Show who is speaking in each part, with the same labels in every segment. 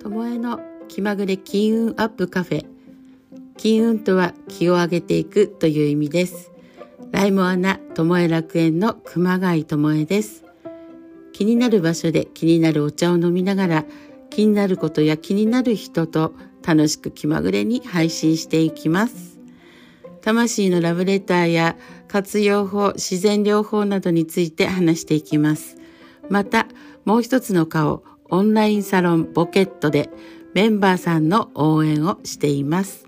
Speaker 1: ともえの気まぐれ金運アップカフェ金運とは気を上げていくという意味ですライモアナともえ楽園の熊谷ともえです気になる場所で気になるお茶を飲みながら気になることや気になる人と楽しく気まぐれに配信していきます魂のラブレターや活用法、自然療法などについて話していきます。また、もう一つの顔、オンラインサロンボケットでメンバーさんの応援をしています。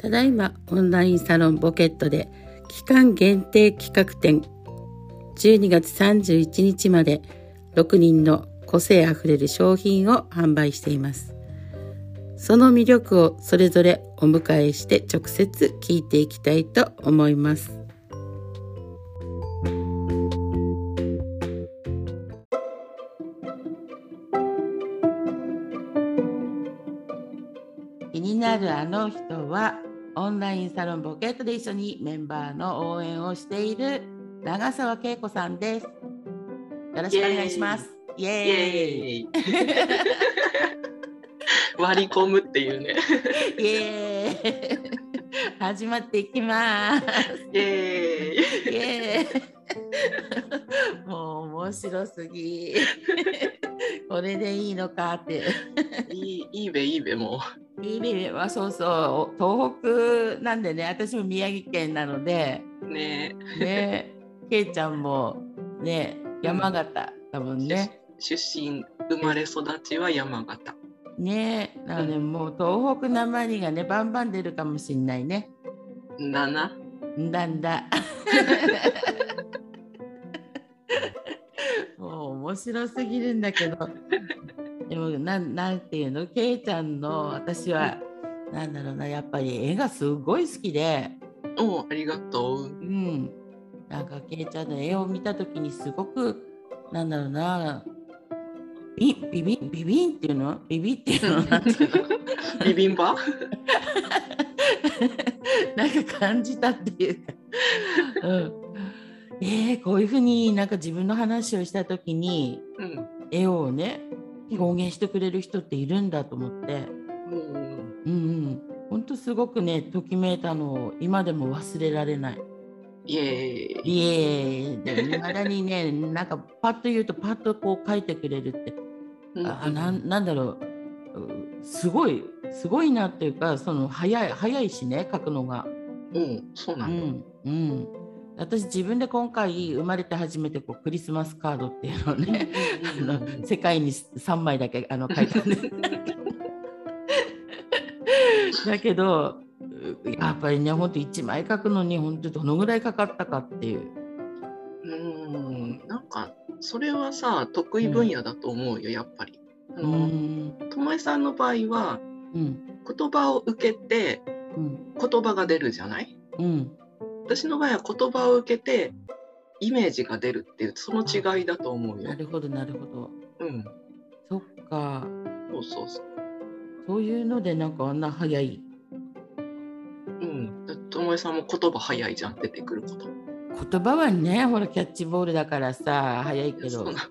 Speaker 1: ただいまオンラインサロンボケットで期間限定企画展12月31日まで6人の個性あふれる商品を販売していますその魅力をそれぞれお迎えして直接聞いていきたいと思います気になるあの人はオンラインサロンボケットで一緒にメンバーの応援をしている長澤恵子さんです。よろしくお願いします。イエー
Speaker 2: イ
Speaker 1: イ
Speaker 2: エーイ割り込むっていうね。
Speaker 1: イエーイ始まっていきます。
Speaker 2: イエ
Speaker 1: イ
Speaker 2: ーイ
Speaker 1: エーイもう面白すぎ。これでいいのかって。
Speaker 2: いいいいべいいべも
Speaker 1: いいね。まあそうそう。東北なんでね、私も宮城県なので、
Speaker 2: うね
Speaker 1: ね、けいちゃんもね、山形だもんね。
Speaker 2: 出身生まれ育ちは山形
Speaker 1: ね、なのでもう東北なまりがね、バンバン出るかもしんないね。
Speaker 2: だなん
Speaker 1: だんだ。もう面白すぎるんだけど。でもなんなんていうのけいちゃんの私はなんだろうなやっぱり絵がすごい好きで、
Speaker 2: おうありがとう
Speaker 1: うん、なんかけいちゃんの絵を見た時にすごくなんだろうなビビビビビンっていうのビビっていうのなんていうの
Speaker 2: ビビンバ
Speaker 1: なんか感じたっていうか、うん、えー、こういうふうになんか自分の話をした時に
Speaker 2: うん
Speaker 1: 絵をね表現してくれる人っているんだと思って
Speaker 2: もう
Speaker 1: うんうんほんとすごくねときめいたのを今でも忘れられない
Speaker 2: イエーイ
Speaker 1: いえでも未だにね なんかパッと言うとパッとこう書いてくれるって
Speaker 2: うん
Speaker 1: あなんなんだろううんすごいすごいなっていうかその早い早いしね書くのが。
Speaker 2: うんそうな
Speaker 1: うん
Speaker 2: だ
Speaker 1: んうん私自分で今回生まれて初めてこうクリスマスカードっていうのをねあ
Speaker 2: うんうんうん
Speaker 1: の世界に3枚だけあの書いたん です。だけどうやっぱりねほんと1枚書くのに本当どのぐらいかかったかっていう。
Speaker 2: うんなんかそれはさ得意分野だと思うよやっぱりあ
Speaker 1: う
Speaker 2: の
Speaker 1: ん
Speaker 2: 巴さんの場合は
Speaker 1: うん
Speaker 2: 言葉を受けて
Speaker 1: うん
Speaker 2: 言葉が出るじゃない
Speaker 1: うん
Speaker 2: 私の場合は言葉を受けてイメージが出るっていうその違いだと思うよ
Speaker 1: な。るほどなるほど。
Speaker 2: うん、
Speaker 1: そっか
Speaker 2: そうそうそう。
Speaker 1: そういうのでなんかあんな早い
Speaker 2: うん、だってともえさんも言葉早いじゃん出てくること。
Speaker 1: 言葉はねほらキャッチボールだからさ早いけど。
Speaker 2: そうな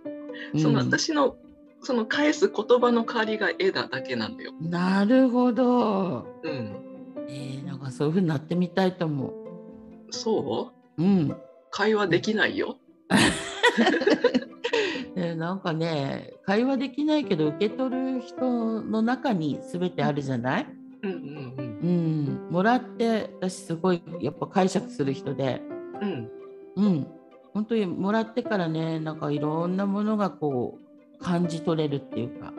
Speaker 1: うん
Speaker 2: その私のその返す言葉の代わりが絵だだけなんだよ。
Speaker 1: なるほど。
Speaker 2: うん、
Speaker 1: えー、なんかそういう風になってみたいと思
Speaker 2: そう？
Speaker 1: う。うん。
Speaker 2: 会話できないよ。
Speaker 1: でなんかね会話できないけど受け取る人の中に全てあるじゃない、
Speaker 2: うんうん
Speaker 1: うん、もらって私すごいやっぱ解釈する人で、
Speaker 2: うんうん
Speaker 1: うん、本当にもらってからねなんかいろんなものがこう感じ取れるっていうか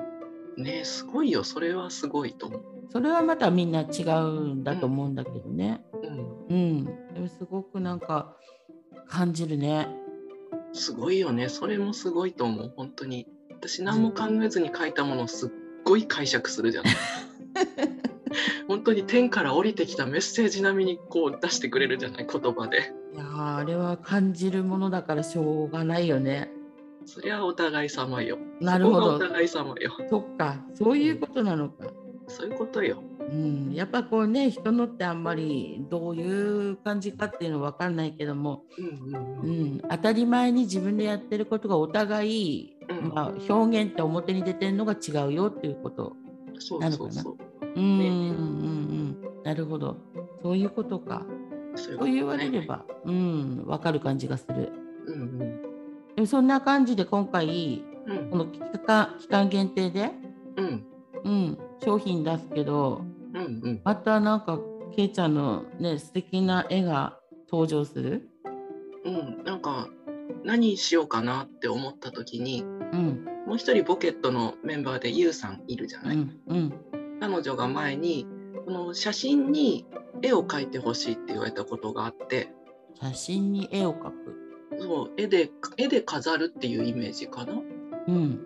Speaker 2: ねえすごいよそれはすごいと思う。
Speaker 1: それはまたみんな違うんだと思うんだけどね、
Speaker 2: う
Speaker 1: う
Speaker 2: ん、
Speaker 1: ん、でもすごくなんか感じるね。
Speaker 2: すごいよねそれもすごいと思う本当に。私何も考えずに書いたものをすっごい解釈する じゃん。本当に天から降りてきたメッセージ並みにこう出してくれるじゃない言葉で。
Speaker 1: いやーあれは感じるものだからしょうがないよね。
Speaker 2: そりゃお互い様よ。
Speaker 1: なるほ
Speaker 2: そこがお
Speaker 1: ど。
Speaker 2: 互い様よ。
Speaker 1: そっか、そういうことなのか。
Speaker 2: そういうことよ。
Speaker 1: うん、やっぱこうね、人のってあんまりどういう感じかっていうのは分かんないけども、
Speaker 2: うんう
Speaker 1: う
Speaker 2: んうん。
Speaker 1: ん、当たり前に自分でやってることがお互い、
Speaker 2: うん
Speaker 1: まあ、表現って表に出てるのが違うよっていうこと。
Speaker 2: そう
Speaker 1: なる
Speaker 2: そ
Speaker 1: ほ
Speaker 2: う
Speaker 1: どな
Speaker 2: そう。
Speaker 1: うんうんうんうん、なるほど。そういうことか。
Speaker 2: そういう
Speaker 1: と
Speaker 2: ことね
Speaker 1: 言われれ。ば、うん、分かる感じがする。
Speaker 2: うんうん
Speaker 1: でもそんな感じで今回、
Speaker 2: うん
Speaker 1: この期間期間限定で、
Speaker 2: うん
Speaker 1: うん、商品出すけど、
Speaker 2: うんうん。
Speaker 1: またなんかけいちゃんのね素敵な絵が登場する。
Speaker 2: うん、なんか何しようかなって思った時に
Speaker 1: うん
Speaker 2: もう一人ボケットのメンバーでユウさんいるじゃ
Speaker 1: う
Speaker 2: ない、
Speaker 1: んうん
Speaker 2: 彼女が前にこの写真に絵を描いてほしいって言われたことがあって
Speaker 1: 写真に絵を描く。
Speaker 2: そう絵で絵で飾るっていうイメージかな
Speaker 1: うん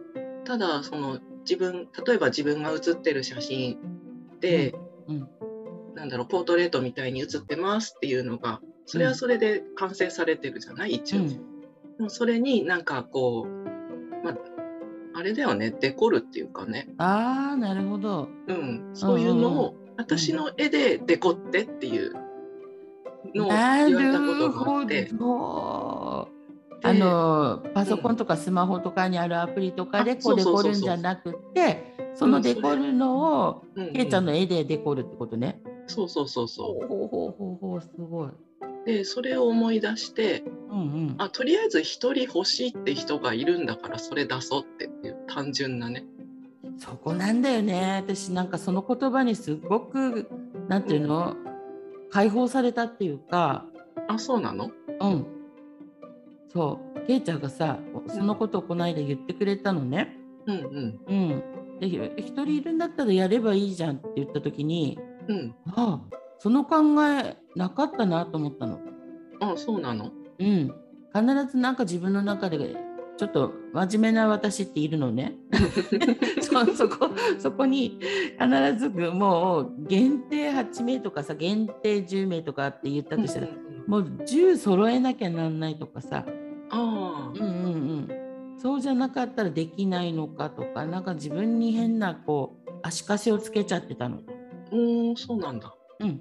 Speaker 2: ただその自分例えば自分が写ってる写真で、
Speaker 1: うん
Speaker 2: なんだろうポートレートみたいに写ってますっていうのがそれはそれで完成されてるじゃない一
Speaker 1: う
Speaker 2: 応、
Speaker 1: ん
Speaker 2: でもそれになんかこう、まあ、あれだよねデコるっていうかね、
Speaker 1: ああなるほど。
Speaker 2: うん、そういうのを私の絵でデコってっていうのを
Speaker 1: な
Speaker 2: 言われたこと
Speaker 1: る
Speaker 2: があ
Speaker 1: ほ
Speaker 2: って
Speaker 1: ど。あのパソコンとかスマホとかにあるアプリとかで
Speaker 2: あ
Speaker 1: こうデコるんじゃなくてそのデコるのを
Speaker 2: でう
Speaker 1: けいちゃん
Speaker 2: う
Speaker 1: の絵でデコるってことね。
Speaker 2: そうそうそうそ
Speaker 1: ほうほうほうほうほうすごい。
Speaker 2: うでそれを思い出して
Speaker 1: うんうん。
Speaker 2: あとりあえず一人欲しいって人がいるんだからそれ出そうってっていう単純なね
Speaker 1: そこなんだよね私なんかその言葉にすごくなんていうの、解放されたっていうか
Speaker 2: あそうなの
Speaker 1: うんそうけいちゃんがさそのことをこの間言ってくれたのね
Speaker 2: うんうん
Speaker 1: うんでひ一人いるんだったらやればいいじゃんって言った時に
Speaker 2: うん
Speaker 1: ああその考えなかったなと思ったの
Speaker 2: あそうなの
Speaker 1: うん必ずなんか自分の中でちょっと真面目な私っているの ねそそこそこに必ずもう限定8名とかさ限定10名とかって言ったとしたら、
Speaker 2: うんうんうん
Speaker 1: もう10揃えなきゃなんないとかさ、
Speaker 2: あ
Speaker 1: うんうんうん、そうじゃなかったらできないのかとかなんか自分に変なこう足かせをつけちゃってたの。
Speaker 2: あおーそうなんだ
Speaker 1: うん、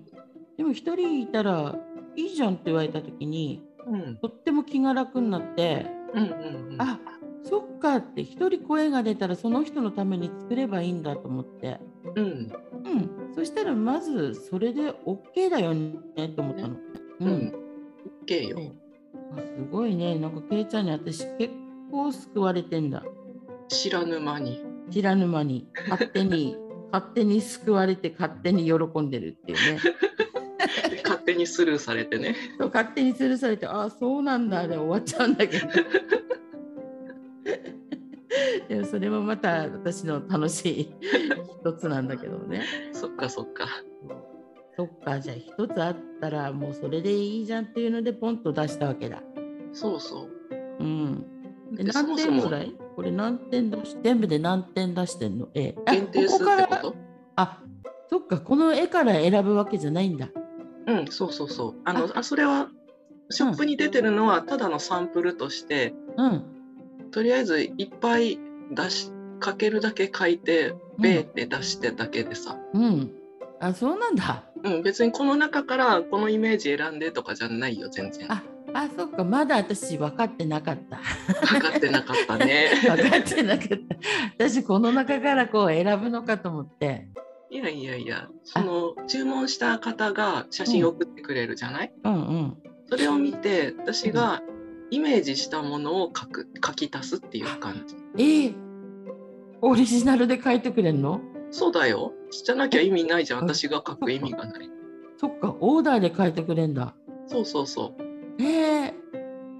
Speaker 1: でも1人いたらいいじゃんって言われた時に
Speaker 2: うん
Speaker 1: とっても気が楽になって。
Speaker 2: うんうんうん
Speaker 1: あそっかって一人声が出たらその人のために作ればいいんだと思って、
Speaker 2: うん
Speaker 1: うん、そしたらまずそれで OK だよねと思ったの。う
Speaker 2: うんん OK よ
Speaker 1: あすごいねなんかけいちゃんに私結構救われてんだ
Speaker 2: 知らぬ間に
Speaker 1: 知らぬ間に勝手に勝手に救われて勝手に喜んでるっていうね
Speaker 2: で勝手にスルーされてね
Speaker 1: そう勝手に吊るされてあそうなんだで終わっちゃうんだ けど。でもそれもまた私の楽しい一つなんだけどね。
Speaker 2: そっかそっか
Speaker 1: そっかじゃあ一つあったらもうそれでいいじゃんっていうのでポンと出したわけだ。
Speaker 2: そうそ
Speaker 1: う
Speaker 2: う
Speaker 1: ん。え
Speaker 2: でそ
Speaker 1: 何
Speaker 2: もそ
Speaker 1: 点
Speaker 2: も
Speaker 1: ぐらい？これ何点出し全部で何点出してんの？ええ、あ
Speaker 2: 限定す
Speaker 1: こ
Speaker 2: るってこ
Speaker 1: から
Speaker 2: と
Speaker 1: あ、そっかこの絵から選ぶわけじゃないんだ。
Speaker 2: うんそうそうそうあのあそれはショップに出てるのはただのサンプルとして、
Speaker 1: うん。
Speaker 2: とりあえずいっぱい出しかけるだけ書いてベーって出してだけでさ、
Speaker 1: うん。あ、そうなんだ。
Speaker 2: うん、別にこの中からこのイメージ選んでとかじゃないよ全然
Speaker 1: あ、あ、そっかまだ私分かってなかった。
Speaker 2: 分かってなかったね
Speaker 1: 分かってなかった。 私この中からこう選ぶのかと思って。
Speaker 2: いやいやいやその注文した方が写真送ってくれるじゃない、
Speaker 1: うんうん。
Speaker 2: それを見て私がイメージしたものを書く書き足すっていう感じ
Speaker 1: ええオリジナルで描いてくれるの？
Speaker 2: そうだよじゃなきゃ意味ないじゃん
Speaker 1: うん
Speaker 2: 私が書く意味がない
Speaker 1: そっか、オーダーで書いてくれんだ。
Speaker 2: そうそうそう
Speaker 1: ええ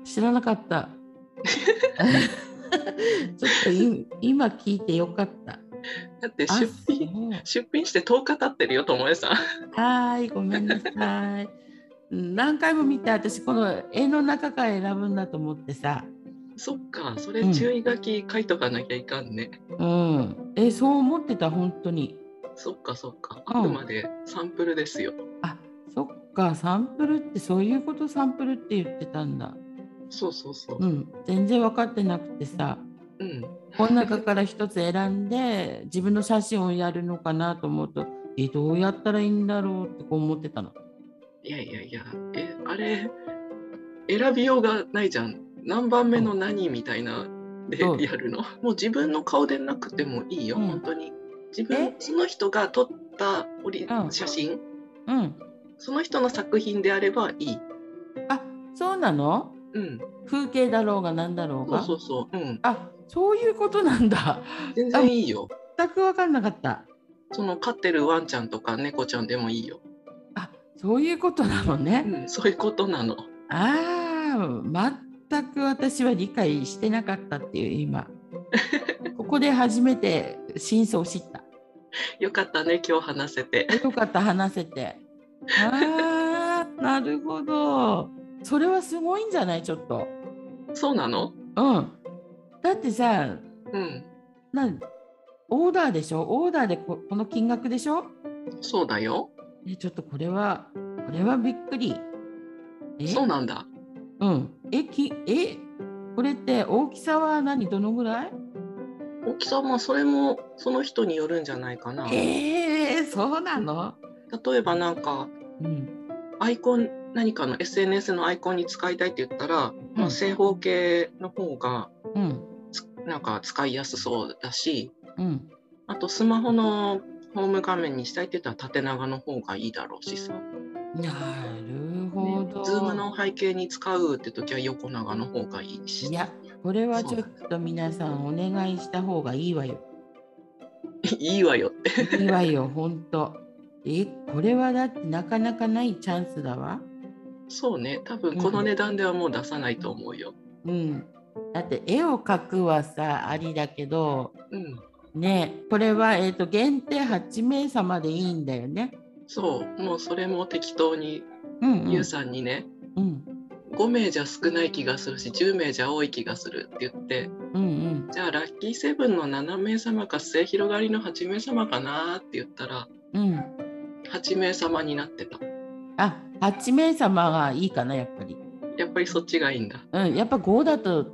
Speaker 1: 知らなかった。 ちょっとい今聞いてよかった。
Speaker 2: だって
Speaker 1: あ
Speaker 2: 出品出品して10日経ってるよ友枝さん
Speaker 1: そうはーい、ごめんなさい。うん何回も見て、私この絵の中から選ぶんだと思ってさ。
Speaker 2: そっか、それ注意書き書いとかなきゃいかんね。
Speaker 1: うん、え、そう思ってた、本当に。
Speaker 2: そっかそっか、
Speaker 1: うん
Speaker 2: あくまでサンプルですよ。
Speaker 1: あ、そっか、サンプルって、そういうことサンプルって言ってたんだ。
Speaker 2: そうそうそう
Speaker 1: う。ん、全然分かってなくてさ
Speaker 2: うん。
Speaker 1: この中から一つ選んで 自分の写真をやるのかなと思うとえどうやったらいいんだろうってこう思ってたの。
Speaker 2: いやいやいや、え、あれ、選びようがないじゃん。何番目の何みたいなで
Speaker 1: うん
Speaker 2: やるの。もう自分の顔でなくてもいいよ、
Speaker 1: うん
Speaker 2: 本当に。自分
Speaker 1: え、
Speaker 2: その人が撮ったオリ
Speaker 1: うん
Speaker 2: 写真、
Speaker 1: うん、
Speaker 2: その人の作品であればいい。
Speaker 1: あそうなの
Speaker 2: うん。
Speaker 1: 風景だろうが何だろう
Speaker 2: そう
Speaker 1: が
Speaker 2: そうそう。うん。
Speaker 1: あそういうことなんだ
Speaker 2: 全然いいよ。
Speaker 1: 全く分かんなかった
Speaker 2: その飼ってるワンちゃんとか猫ちゃんでもいいよ。
Speaker 1: あそういうことなのね、
Speaker 2: うん、そういうことなの。
Speaker 1: ああ全く私は理解してなかったっていう 今ここで初めて真相を知った
Speaker 2: よかったね、今日話せて。
Speaker 1: よかった話せてああなるほどそれはすごいんじゃないちょっと
Speaker 2: そうなの
Speaker 1: うんだってさ
Speaker 2: うん。
Speaker 1: なんオーダーでしょオーダーでここの金額でしょ
Speaker 2: そうだよ。
Speaker 1: えちょっとこれはこれはびっくりえ
Speaker 2: そうなんだ。
Speaker 1: うんえきえこれって大きさは何どのぐらい
Speaker 2: 大きさもそれもその人によるんじゃないかな。例
Speaker 1: えー、そうなの、
Speaker 2: えばなんか
Speaker 1: うん、
Speaker 2: アイコン何かの SNS のアイコンに使いたいって言ったら、まあ、正方形の方が
Speaker 1: うん
Speaker 2: つなんか使いやすそうだし
Speaker 1: うん
Speaker 2: あとスマホのホーム画面にしたいって言ったら縦長の方がいいだろうしさ、
Speaker 1: なるほど、
Speaker 2: ズームの背景に使うって時は横長の方がいいし
Speaker 1: いやこれはちょっと皆さんお願いした方がいいわ よ
Speaker 2: いいわよって
Speaker 1: いいわよほんとえこれはだってなかなかないチャンスだわ
Speaker 2: そうね多分この値段ではもう出さないと思うよ、
Speaker 1: うんだって絵を描くはさありだけど
Speaker 2: うん、
Speaker 1: ねこれは、えー、と限定8名様でいいんだよね。
Speaker 2: そうもうそれも適当に
Speaker 1: うんうん
Speaker 2: ゆうさんにね、
Speaker 1: うん
Speaker 2: 5名じゃ少ない気がするし10名じゃ多い気がするって言って
Speaker 1: うんうん
Speaker 2: じゃあラッキーセブンの7名様か末広がりの8名様かなって言ったら
Speaker 1: うん
Speaker 2: 8名様になってた
Speaker 1: あ8名様がいいかなやっぱり。
Speaker 2: やっぱりそっちがいいんだ
Speaker 1: うん、やっぱ5だと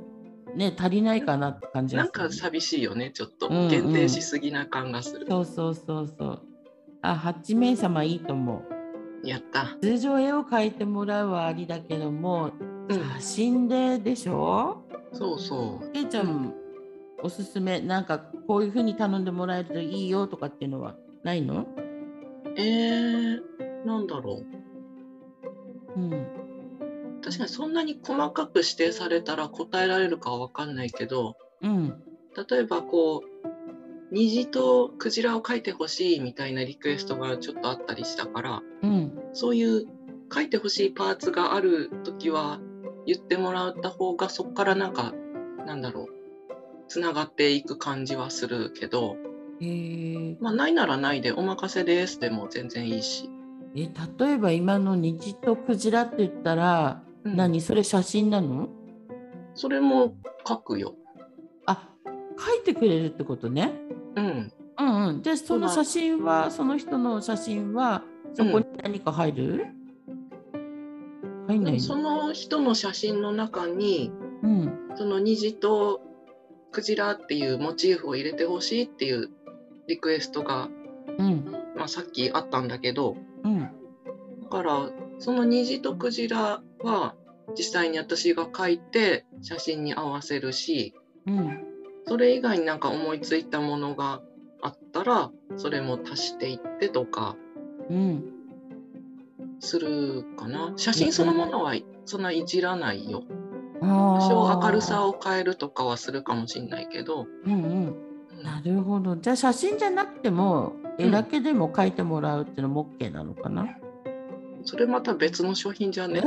Speaker 1: ね足りないかなって感じがす
Speaker 2: なん
Speaker 1: る
Speaker 2: か寂しいよねちょっと
Speaker 1: うんうん
Speaker 2: 限定しすぎな感がする、
Speaker 1: そうそうそうそう。あ8名様いいと思う。
Speaker 2: やった、
Speaker 1: 通常絵を描いてもらうはありだけども
Speaker 2: うん、
Speaker 1: 写真ででしょ
Speaker 2: そうそう
Speaker 1: けいちゃんおすすめなんかこういうふうに頼んでもらえるといいよとかっていうのはないの
Speaker 2: えー、なんだろう
Speaker 1: うん
Speaker 2: 確かにそんなに細かく指定されたら答えられるかは分かんないけど
Speaker 1: うん
Speaker 2: 例えばこう虹とクジラを描いてほしいみたいなリクエストがちょっとあったりしたから
Speaker 1: うん
Speaker 2: そういう書いてほしいパーツがある時は言ってもらった方がそこからなんかなんだろうつながっていく感じはするけど、
Speaker 1: えー
Speaker 2: まあ、ないならないで「お任せです」でも全然いいし、
Speaker 1: え例えば今の虹とクジラって言ったら、
Speaker 2: うん
Speaker 1: 何それ写真なの
Speaker 2: それも書くよ。
Speaker 1: あ書いてくれるってことね。
Speaker 2: うん、
Speaker 1: うんうん、でその
Speaker 2: そう
Speaker 1: 写
Speaker 2: だ
Speaker 1: 真はその人の写真はそこに何か入る、入んない
Speaker 2: そ
Speaker 1: の、
Speaker 2: の人の写真の中に
Speaker 1: うん、
Speaker 2: その虹とクジラっていうモチーフを入れてほしいっていうリクエストが、
Speaker 1: うん
Speaker 2: まあ、さっきあったんだけど、
Speaker 1: うん
Speaker 2: だからその虹とクジラは実際に私が描いて写真に合わせるし
Speaker 1: うん
Speaker 2: それ以外になんか思いついたものがあったらそれも足していってとか
Speaker 1: うん
Speaker 2: するかな写真そのものはそんないじらないよ多
Speaker 1: 多
Speaker 2: 少明るさを変えるとかはするかもしんないけど、
Speaker 1: うんうん、
Speaker 2: うん
Speaker 1: なるほどじゃあ写真じゃなくても絵だけでも描いてもらうっていうのも OK なのかな、
Speaker 2: それまた別の商品じ ゃね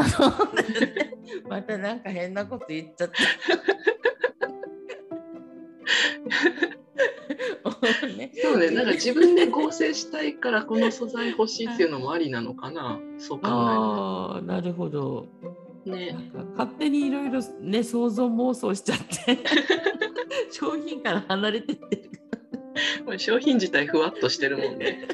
Speaker 1: またなんか変なこと言っち ゃった ね
Speaker 2: そうねなんか自分で合成したいからこの素材欲しいっていうのもありなのかなそう考
Speaker 1: ああなるほど
Speaker 2: えると
Speaker 1: な
Speaker 2: ね
Speaker 1: んか勝手にいろいろね想像妄想しちゃって 商品から離れてってる
Speaker 2: これ商品自体ふわっとしてるもんね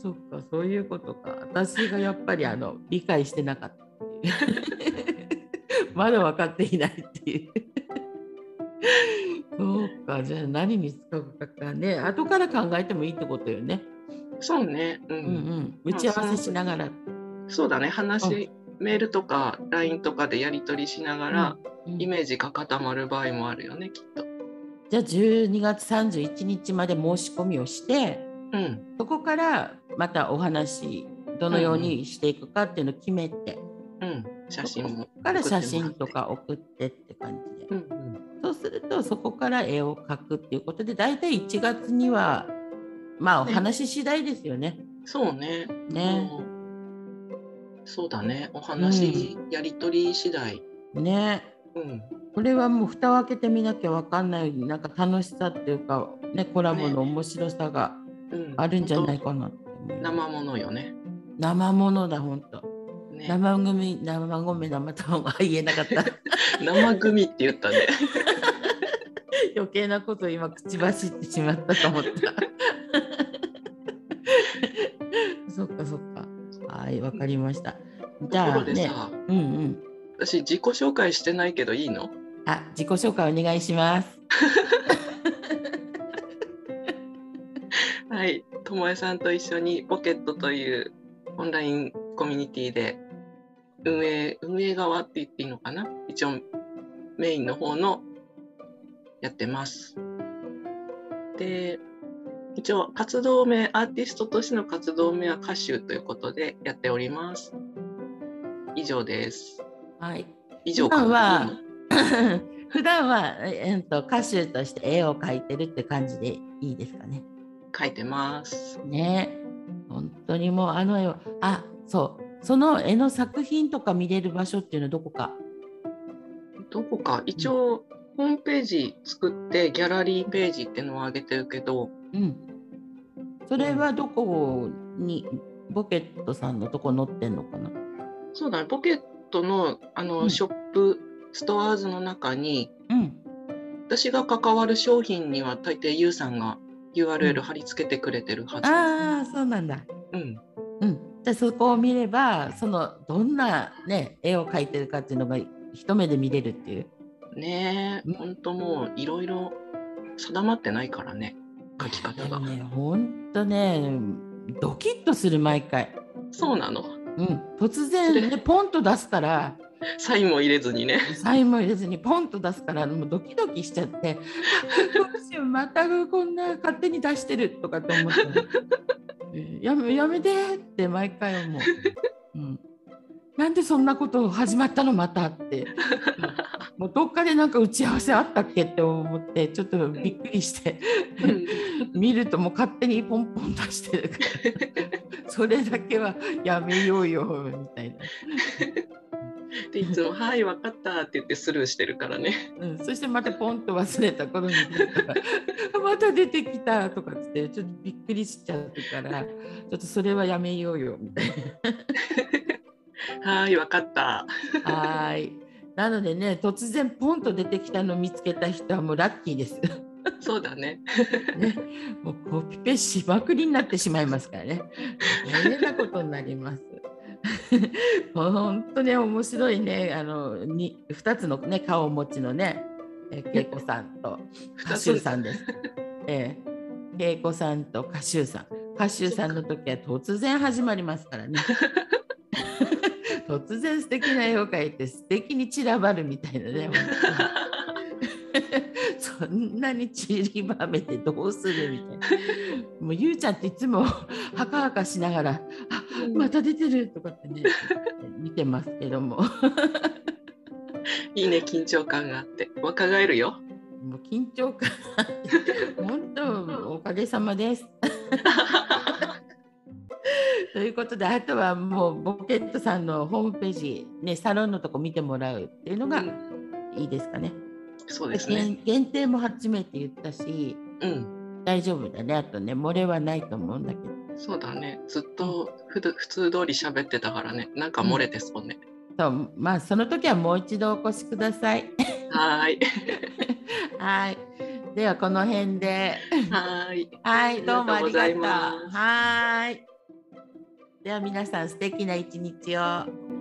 Speaker 1: そっかそういうことか私がやっぱりあの理解してなかったっていう まだ分かっていないっていう。そうかじゃあ何に使うかね後から考えてもいいってことよね。
Speaker 2: そうね、う
Speaker 1: うんんうん、打ち合わせしながら。
Speaker 2: そうだね話、メールとか LINE とかでやり取りしながら、
Speaker 1: うん
Speaker 2: イメージが固まる場合もあるよねきっと。
Speaker 1: じゃあ12月31日まで申し込みをして
Speaker 2: うん
Speaker 1: そこからまたお話どのようにしていくかっていうのを決めて、
Speaker 2: うん、写真も
Speaker 1: そこから写真とか送ってって感じで
Speaker 2: うんうん、
Speaker 1: そうするとそこから絵を描くっていうことで大体1月にはまあお
Speaker 2: ね
Speaker 1: 話次第ですよね。
Speaker 2: そうね
Speaker 1: ね。
Speaker 2: うんそうだねお話、やり取り次第、
Speaker 1: ね
Speaker 2: うん、
Speaker 1: これはもう蓋を開けてみなきゃわかんないなんか楽しさっていうか、ね、コラボの面白さが
Speaker 2: うん、
Speaker 1: あるんじゃない
Speaker 2: 本
Speaker 1: かなって思う
Speaker 2: 当生ものよね
Speaker 1: 生ものだ本当。
Speaker 2: ね生
Speaker 1: 生組生米生卵は言えなかった
Speaker 2: 組って言ったね
Speaker 1: 余計なこと今口走ってしまったと 思ったそっかそっかはいわかりました じ
Speaker 2: と
Speaker 1: ゃ
Speaker 2: こ
Speaker 1: あ
Speaker 2: ろで
Speaker 1: ね
Speaker 2: さ、
Speaker 1: うんうん
Speaker 2: 私自己紹介してないけどいいの
Speaker 1: あ自己紹介お願いします
Speaker 2: はい、ともえさんと一緒にポケットというオンラインコミュニティで運営運営側って言っていいのかな一応メインの方のやってます。で一応活動名アーティストとしての活動名は歌手ということでやっております。以上です。
Speaker 1: はい
Speaker 2: 以上かな
Speaker 1: 今は 普段はえっと歌手として絵を描いてるって感じでいいですかね
Speaker 2: 書いてます。
Speaker 1: ね本当にもうあの絵をあそうその絵の作品とか見れる場所っていうのはどこか
Speaker 2: どこか一応ホームページ作ってギャラリーページってのを上げてるけど、
Speaker 1: うん。それはどこに、ボケットさんのとこ載ってんのかな。
Speaker 2: そうだね、ポケットのあの、
Speaker 1: うん
Speaker 2: ショップ、ストアーズの中に、
Speaker 1: うん。
Speaker 2: 私が関わる商品には大抵 YOU さんが
Speaker 1: うん
Speaker 2: URL 貼り付けてくれてるはず。
Speaker 1: ああ、そうなんだ。
Speaker 2: うん、
Speaker 1: うん。じゃあそこを見れば、そのどんなね絵を描いてるかっていうのが一目で見れるっていう。
Speaker 2: ね
Speaker 1: うん
Speaker 2: え、ほんともういろいろ定まってないからね、書き方
Speaker 1: でも
Speaker 2: が。
Speaker 1: ね、本当ね、ドキッとする毎回。
Speaker 2: そうなの。
Speaker 1: うん。突然
Speaker 2: そ
Speaker 1: ねポンと出すから、
Speaker 2: サインも入れずにね。
Speaker 1: サインも入れずにポンと出すから、もうドキドキしちゃって。どうしようまたこんな勝手に出してるとかって思って、うんやめやめてって毎回思う、うん、なんでそんなこと始まったのまたって、うんもうどっかでなんか打ち合わせあったっけって思ってちょっとびっくりして
Speaker 2: うん
Speaker 1: 見るともう勝手にポンポン出してるからそれだけはやめようよみたいな。
Speaker 2: でいつも「はい分かった」って言ってスルーしてるからね。
Speaker 1: うん、そしてまたポンと忘れた頃に出たから あまた出てきたとかっつってちょっとびっくりしちゃうからちょっとそれはやめようよみたい
Speaker 2: 「はい分かった
Speaker 1: な。はーいなのでね突然ポンと出てきたのを見つけた人はもうラッキーです。」
Speaker 2: そうだね。
Speaker 1: ね、もうコピペしまくりになってしまいますからね大変なことになります。 本当ね面白いねあのに2つの、ね、顔をお持ちのねえ恵子さんと。歌
Speaker 2: 二
Speaker 1: 手
Speaker 2: つ
Speaker 1: さんです。ええ、恵子さんと歌手さん。歌手さんの時は突然始まりますからね。突然素敵な絵を描いて素敵に散らばるみたいなね。そんなに散りばめてどうするみ たいな。もうゆうちゃんっていつもはかはかしながら「あまた出てる」とかってね見てますけども。
Speaker 2: いいね緊張感があって若返るよ。
Speaker 1: もう緊張感本当おかげさま です。ということであとはもうボケットさんのホームページ、ね、サロンのとこ見てもらうっていうのが
Speaker 2: うん
Speaker 1: いいですかね。
Speaker 2: そうですね。
Speaker 1: 限限定も初めて言ったし
Speaker 2: うん
Speaker 1: 大丈夫だねあとね漏れはないと思うんだけど
Speaker 2: そうだね。ずっとふど普通通り喋ってたからね。なんか漏れてそうね。
Speaker 1: そうまあその時はもう一度お越しください。
Speaker 2: はーい。
Speaker 1: はいではこの辺で。
Speaker 2: はーい。
Speaker 1: はい、どうもありがとう。
Speaker 2: ありがとうございます
Speaker 1: はーい。では皆さん素敵な一日を。